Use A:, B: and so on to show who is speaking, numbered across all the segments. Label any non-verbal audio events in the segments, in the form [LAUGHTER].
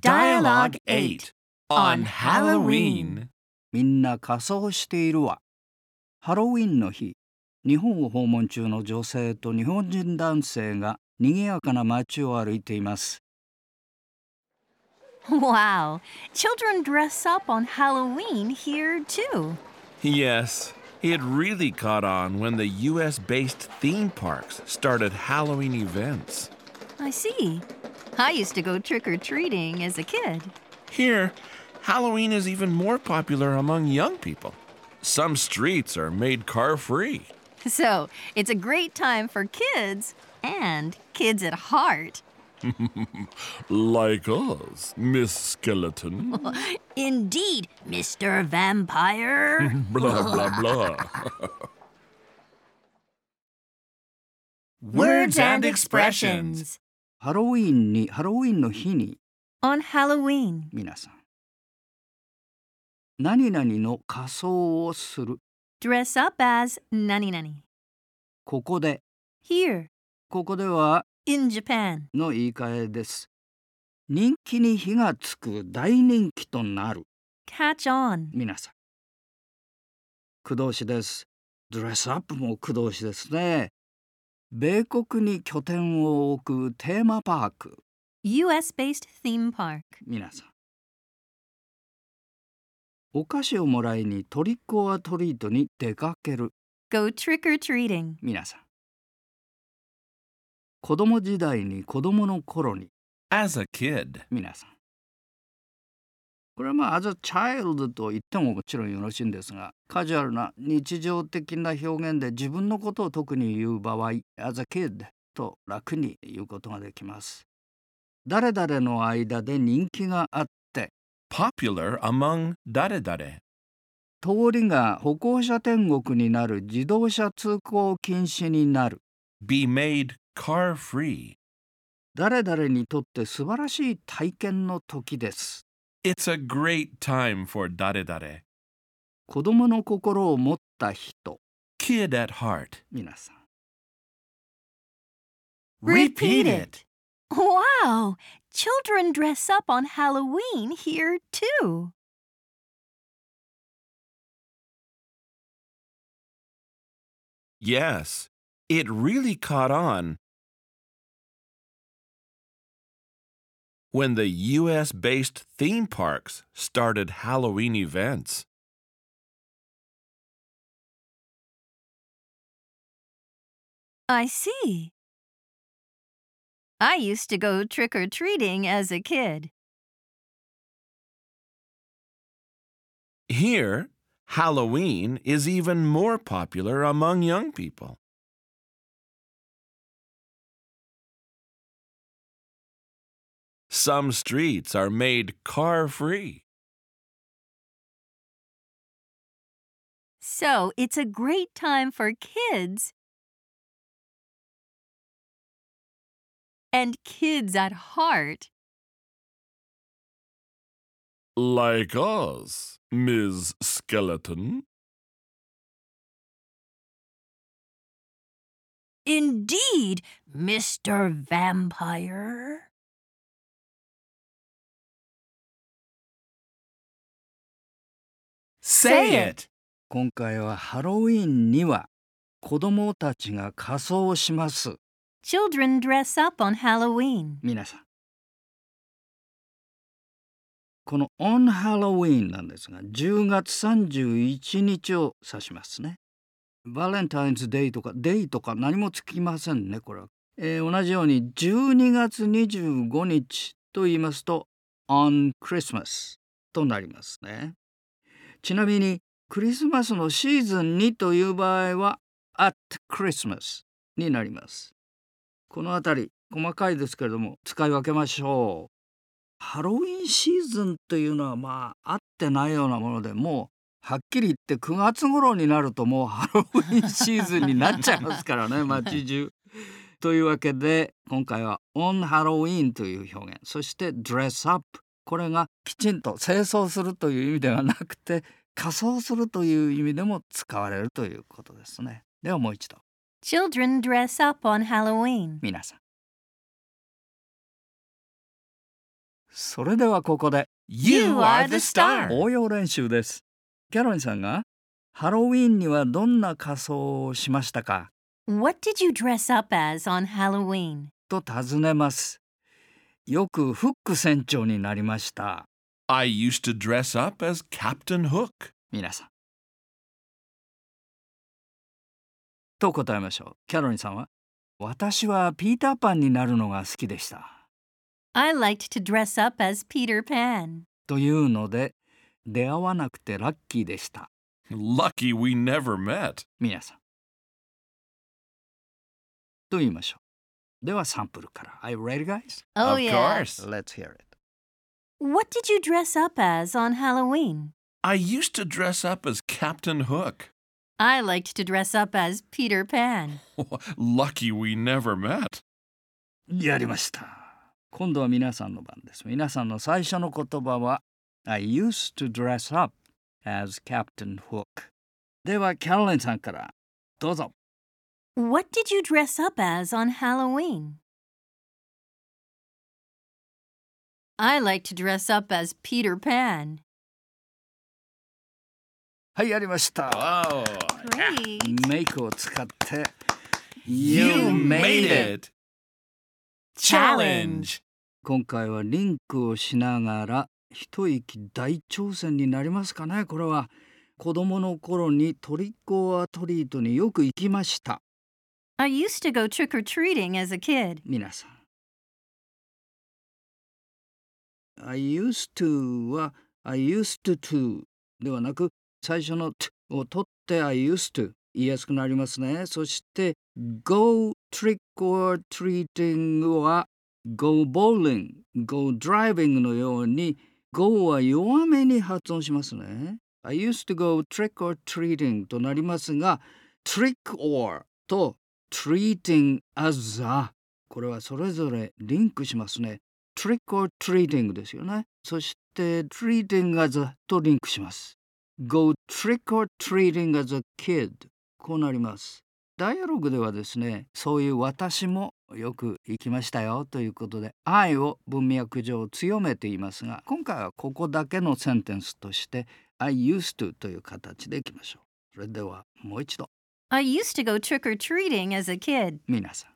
A: Dialogue 8 on Halloween.
B: みんな仮装しているわ。ハロウィンの日、日本を訪問中の女性と日本人男性が賑やかな街を歩いています。
A: [LAUGHS] Wow, children dress up on Halloween here too.
C: Yes, it really caught on when the US based theme parks started Halloween events.
A: I see. I used to go trick or treating as a kid. [LAUGHS]
C: Here, Halloween is even more popular among young people. Some streets are made car free.
A: So it's a great time for kids and kids at heart.
C: Like us, Miss
A: [LAUGHS]
C: Skeleton.
A: Indeed,
C: [LAUGHS]
A: Mr. Vampire.
C: blah, blah, blah.
B: ハロウィンに、ハロウィンの日に、
A: On Halloween.
B: 皆さん。何々の仮装をする。
A: Dress up as nani nani.
B: ここで、
A: Here,
B: ここでは
A: in Japan.
B: の言い換えです。人気に火がつく大人気となる。
A: Catch on.
B: 皆さん。駆動詞です。ドレスアップも駆動詞ですね。米国に拠点を置くテーマパーク、
A: US based theme park.
B: 皆さん。お菓子をもらいにトリックオアトリートに出かける、
A: Go trick or treating.
B: 皆さん。子供時代に子供の頃に、
C: As a kid,
B: 皆さん。これはまあ、as a child と言ってももちろんよろしいんですが、カジュアルな日常的な表現で自分のことを特に言う場合、as a kid と楽に言うことができます。誰々の間で人気があって、
C: popular among dare dare.
B: 通りが歩行者天国になる自動車通行禁止になる。
C: Be made car free.
B: 誰々にとって素晴らしい体験の時です。
C: It's a great time for dare dare.
B: 子供の心を持った人、
C: Kid at heart.
B: 皆さん。
A: Repeat it. Wow! Children dress up on Halloween here too.
C: Yes, it really caught on when the US based theme parks started Halloween events.
A: I see. I used to go trick or treating as a kid.
C: Here, Halloween is even more popular among young people. Some streets are made car free.
A: So it's a great time for kids and kids at heart.
C: Like us, Ms. Skeleton.
A: Indeed, Mr. Vampire. Say it.
B: 今回はハロウィンには子供たちが仮装します。
A: Children dress up on Halloween.
B: 皆さん。この On Halloween なんですが、10月31日を指しますね。バレンタインズデイとか、デイとか何もつきませんね、これは。えー同じように12月25日と言いますと、On Christmas となりますね。ちなみに、クリスマスのシーズンにという場合は、At Christmas になります。この辺り細かいですけれども使い分けましょうハロウィンシーズンというのはまあ合ってないようなものでもうはっきり言って9月頃になるともうハロウィンシーズンになっちゃいますからね街中。というわけで今回は「オンハロウィン」という表現そして「ドレスアップ」これがきちんと清掃するという意味ではなくて仮装するという意味でも使われるということですね。ではもう一度
A: Children dress up on Halloween.
B: 皆さん。それではここで
A: You are the star.
B: 応用練習ですキャロリンさんがハロウィーンにはどんな仮装をしましたか
A: What did you dress up as on Halloween?
B: と尋ねますよくフック船長になりました
C: I used to dress up as Captain Hook.
B: 皆さんと答えましょうキャロリンさんは私はピーターパンになるのが好きでした
A: I liked to dress up as Peter Pan.
B: というので出会わなくてラッキーでした
C: Lucky we never met.
B: 皆さん。と言いましょう。ではサンプルから。Are you ready, guys?
A: Oh,
C: of
A: yeah.
C: course.
B: Let's hear it.
A: What did you dress up as on Halloween?
C: I used to dress up as Captain Hook.
A: I liked to dress up as Peter Pan.
C: [LAUGHS] Lucky we never met.
B: やりました。今度は皆さんの番です。皆さんの最初の言葉は I used to dress up as Captain Hook。では、キャロリンさんから。どうぞ。
A: What did you dress up as on Halloween? I like to dress up as Peter Pan.
B: はい、やりました。
C: Wow.
A: Great.
B: メイクを使って。
A: You made
C: it.
A: Challenge.
B: 今回はリンクをしながら一息大挑戦になりますかねこれは子供の頃にトリックオアトリートによく行きました
A: I used to go trick or treating as a kid.
B: 皆さん I used to は I used to to ではなく最初の t を取って I used to 言いやすくなりますねそして go trick or treating は go bowling go driving のように go は弱めに発音しますね I used to go trick or treating となりますが trick or と treating as a これはそれぞれリンクしますね。trick or treating ですよね。そして treating as a とリンクします。go trick or treating as a kid こうなります。ダイアログではですね、そういう私もよく行きましたよということで、I を文脈上強めていますが、今回はここだけのセンテンスとして、I used to という形でいきましょう。それではもう一度、
A: I used to go trick or treating as a kid.
B: 皆さん。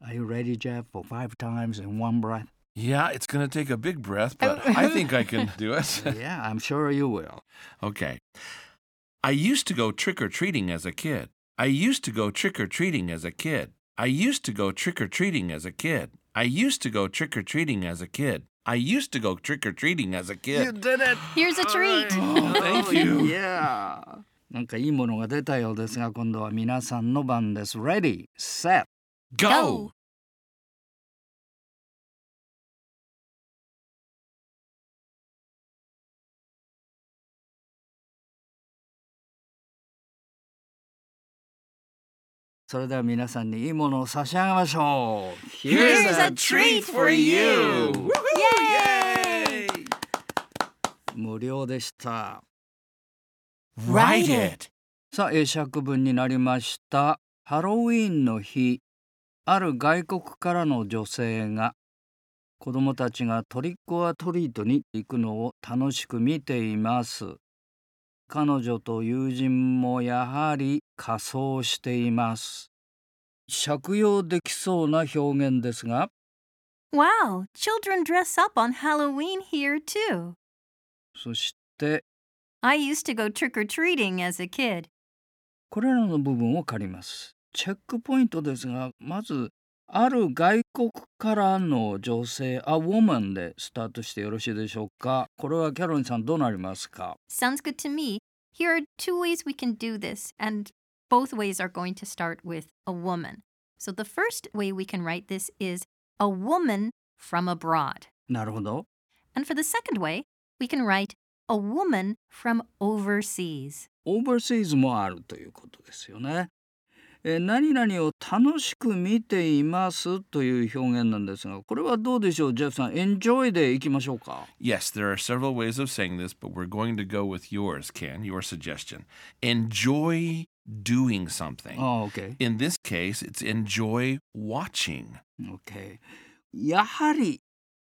B: Are you ready, Jeff, for five times in one breath?
C: Yeah, it's going to take a big breath, but
A: Oh.
C: I
A: [LAUGHS]
C: think I can do it.
B: [LAUGHS]
C: [LAUGHS]
B: yeah, I'm sure you will.
C: Okay. I used to go trick or treating as a kid. I used to go trick or treating as a kid. I used to go trick or treating as a kid. I used to go trick or treating as a kid. I used to go trick or treating as a
B: You
C: kid.
B: did it!
A: Here's a treat.
C: Oh, thank you.
B: yeah. なんかいいものが出たようですが、今度は皆さんの番です。Ready, set.
C: Go!
B: それでは皆さんにいいものを差し上げましょう。
A: Here's a treat for you.
C: Woohoo! Yay!
B: 無料でした。
C: Write it.
B: さあ英釈文になりましたハロウィーンの日ある外国からの女性が子供たちがトリックオアトリートに行くのを楽しく見ています彼女と友人もやはり仮装しています借用できそうな表現ですが
A: Wow, children dress up on Halloween here too.
B: そして
A: I used to go trick or treating as a kid.
B: これらの部分を借ります。チェックポイントですが、まず、ある外国からの女性、a woman でスタートしてよろしいでしょうか。これはキャロリンさんどうなりますか
A: Sounds good to me. Here are two ways we can do this, and both ways are going to start with a woman. So the first way we can write this is a woman from abroad.
B: なるほど。
A: And for the second way, we can write a woman from overseas.
B: オーバーシーズもあるということですよね。えー何々を楽しく見ていますという表現なんですが、これはどうでしょう、ジェフさん。エンジョイでいきましょうか。
C: Yes, there are several ways of saying this, but we're going to go with yours, Ken, your suggestion. Enjoy doing
A: Oh.
C: something.
B: ああ、OK。
C: In this case, it's enjoy watching.
B: OK。やはり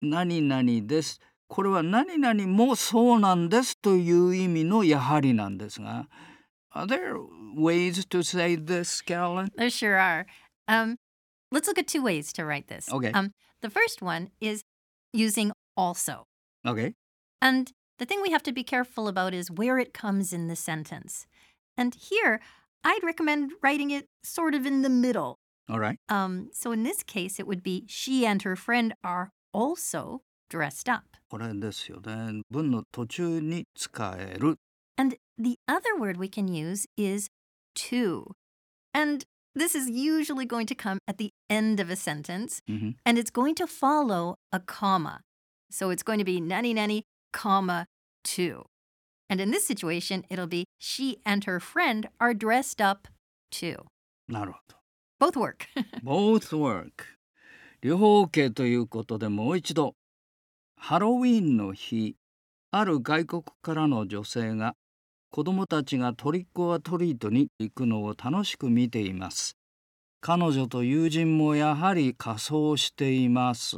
B: 何々です。これは何々もそうなんですという意味のやはりなんですが。Are there ways to say this, Carolyn?
A: There sure are. Um, let's look at two ways to write this.
B: Okay.
A: Um, the first one is using also.
B: Okay.
A: And the thing we have to be careful about is where it comes in the sentence. And here, I'd recommend writing it sort of in the middle.
B: All right.
A: Um, so in this case, it would be she and her friend are also dressed up.
B: これですよね。文の途中に使える。
A: And the other word we can use is to. And this is usually going to come at the end of a sentence
B: うんふん
A: and it's going to follow a comma. So it's going to be nanny nanny, comma, two. And in this situation, it'll be she and her friend are dressed up too.
B: なるほど。
A: Both work. [LAUGHS]
B: Both work 両方 OK ということでもう一度ハロウィンの日ある外国からの女性が子供たちがトリックオアトリートに行くのを楽しく見ています彼女と友人もやはり仮装しています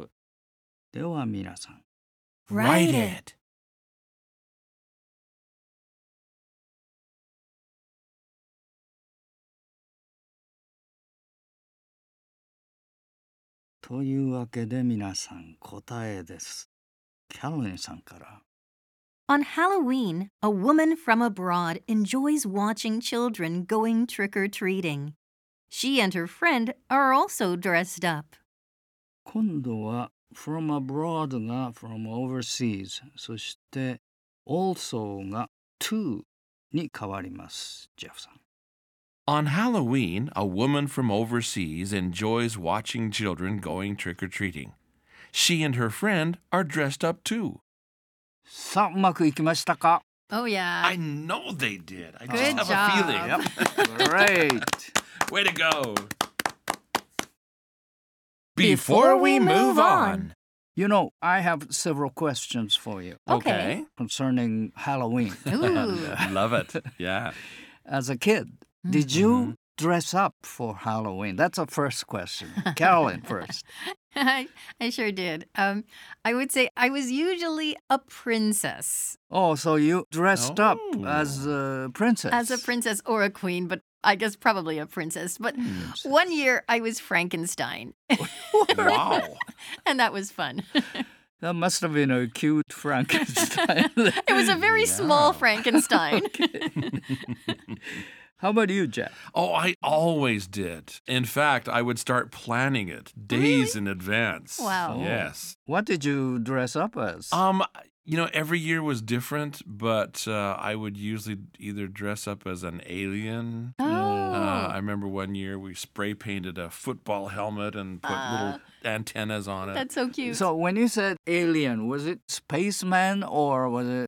B: では皆さん
A: Write
C: it.
B: 「というわけで皆さん答えです」キャロリンさんから。
A: On Halloween, a woman from abroad enjoys watching children going trick or treating. She and her friend are also dressed up.
B: 今度は from abroad が from overseas そして also が to に変わりますジェフさん
C: On Halloween, a woman from overseas enjoys watching children going trick or treating. She and her friend are dressed up too.
B: さあうまくいきましたか
A: Oh, yeah.
C: I know they did. I just
A: Good
C: have
A: job.
C: a feeling.
B: [LAUGHS] Great
C: Way to go.
A: Before we move on.
B: You know, I have several questions for you
A: Okay.
B: concerning Halloween [LAUGHS] uh,
A: Ooh.
C: Love
A: [LAUGHS]
C: it. Yeah.
B: As a kid,
A: Mm-hmm.
B: did you dress up for Halloween? That's the
A: [LAUGHS]
B: first question Carolyn first
A: [LAUGHS] I, I sure did. Um, I would say I was usually a princess,
B: Oh, so you dressed up
C: Oh.
B: as a princess
A: as a princess or a queen, but I guess probably a princess. But
C: Mm,
B: Hmm.
A: one year I was Frankenstein,
C: Wow.
A: and that was fun. [LAUGHS]
B: That must have been a cute Frankenstein.
A: [LAUGHS] it was a very
C: Yeah.
A: small
B: [LAUGHS]
C: [LAUGHS]
A: Frankenstein. [LAUGHS]
B: How about you, Jeff?
C: Oh, I always did. In fact, I would start planning it days in advance.
A: Wow.
B: Oh.
C: Yes.
B: What did you dress up as?
C: Um, you know, every year was different, but uh, I would usually either dress up as an alien.
A: oh.
C: Uh, I remember one year we spray painted a football helmet and put little antennas on it.
A: Uh. that's so cute.
B: so when you said alien, was it spaceman or was it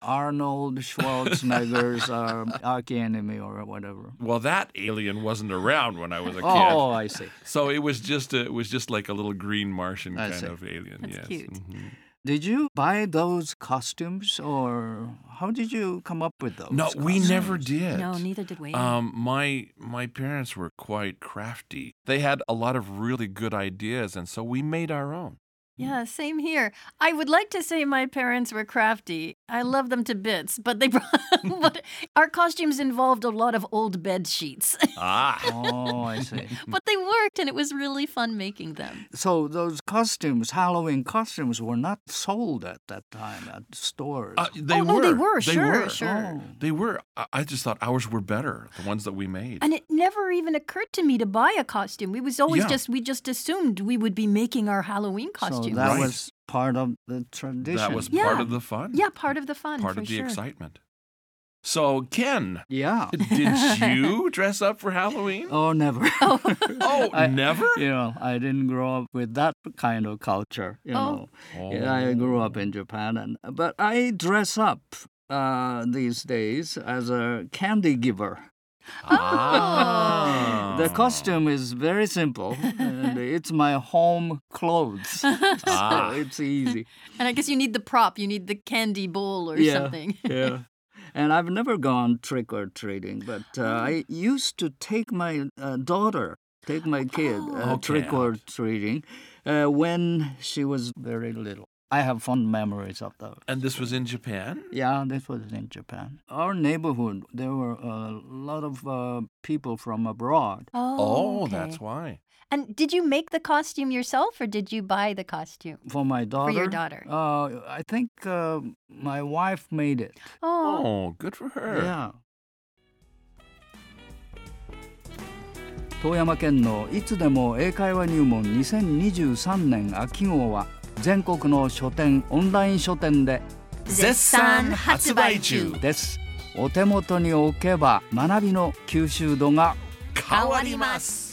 A: [LAUGHS]
B: Arnold Schwarzenegger's um, archy enemy or whatever?
C: Well, that alien wasn't around when I was a kid,
B: Oh, I see.
C: so it was just a, it was just like a little green Martian
B: I
C: kind
B: see.
C: of alien.
A: That's
C: yes.
A: cute.
C: Mhm.
B: Did you buy those costumes or how did you come up with those?
C: No, we never
B: costumes?
C: did.
A: no, neither did we.
C: Um, my my parents were quite crafty. They had a lot of really good ideas, and so we made our own.
A: yeah, same here. I would like to say my parents were crafty. I love them to bits, but they, [LAUGHS]
C: [LAUGHS]
A: but our costumes involved a lot of old bed sheets. [LAUGHS]
C: Ah,
B: Oh, I
C: [LAUGHS]
B: see.
C: Mm.
A: but they worked and it was really fun making them.
B: So those costumes, Halloween costumes, were not sold at that time at stores. Oh,
C: Uh, they were.
A: oh, no, they were, sure,
C: were.
A: sure.
C: They were. I, I just thought ours were better, the ones that we made.
A: And it never even occurred to me to buy a costume. We was always
C: Yeah.
A: just we just assumed we would be making our Halloween
B: So
A: costumes.
B: that
C: Right.
B: was part of the tradition.
C: that was
A: Yeah.
C: part of the fun.
A: yeah, part of the fun.
C: part
A: for
C: of the
A: sure. [LAUGHS]
C: excitement. So, Ken, [LAUGHS]
B: Yeah.
C: did you dress up for Halloween?
B: Oh,
A: [LAUGHS]
B: never.
C: Oh,
B: I-
C: never.
B: [LAUGHS] you know, I didn't grow up with that kind of culture. You
A: Oh.
B: know, Yeah, I grew up in Japan, and but I dress up uh, these days as a candy giver.
A: Oh.
C: Ah.
B: The costume is
A: [LAUGHS]
B: very simple, and it's my home clothes.
C: Ah.
B: So it's easy.
A: And I guess you need the prop. You need the candy bowl or
B: Yeah.
A: something.
B: yeah. And I've never gone trick or treating, but uh, I used to take my uh, daughter, take my kid uh,
C: Okay.
B: trick or treating. uh, when she was very little. I have fond memories of those.
C: And this was in Japan?
B: Yeah, this was in Japan. Our neighborhood, there were a lot of uh, people from abroad.
C: [LAUGHS] Oh,
A: okay.
C: that's why.
A: And did you make the costume yourself or did you buy the costume?
B: For my daughter.
A: your daughter.
B: Uh, I think uh, my wife made it.
A: Oh.
C: Oh, good for her.
B: Yeah. 遠山県のいつでも英会話入門2023年秋号は全国の書店オンライン書店で
A: 絶賛発売中
B: ですお手元に置けば学びの吸収度が
C: 変わります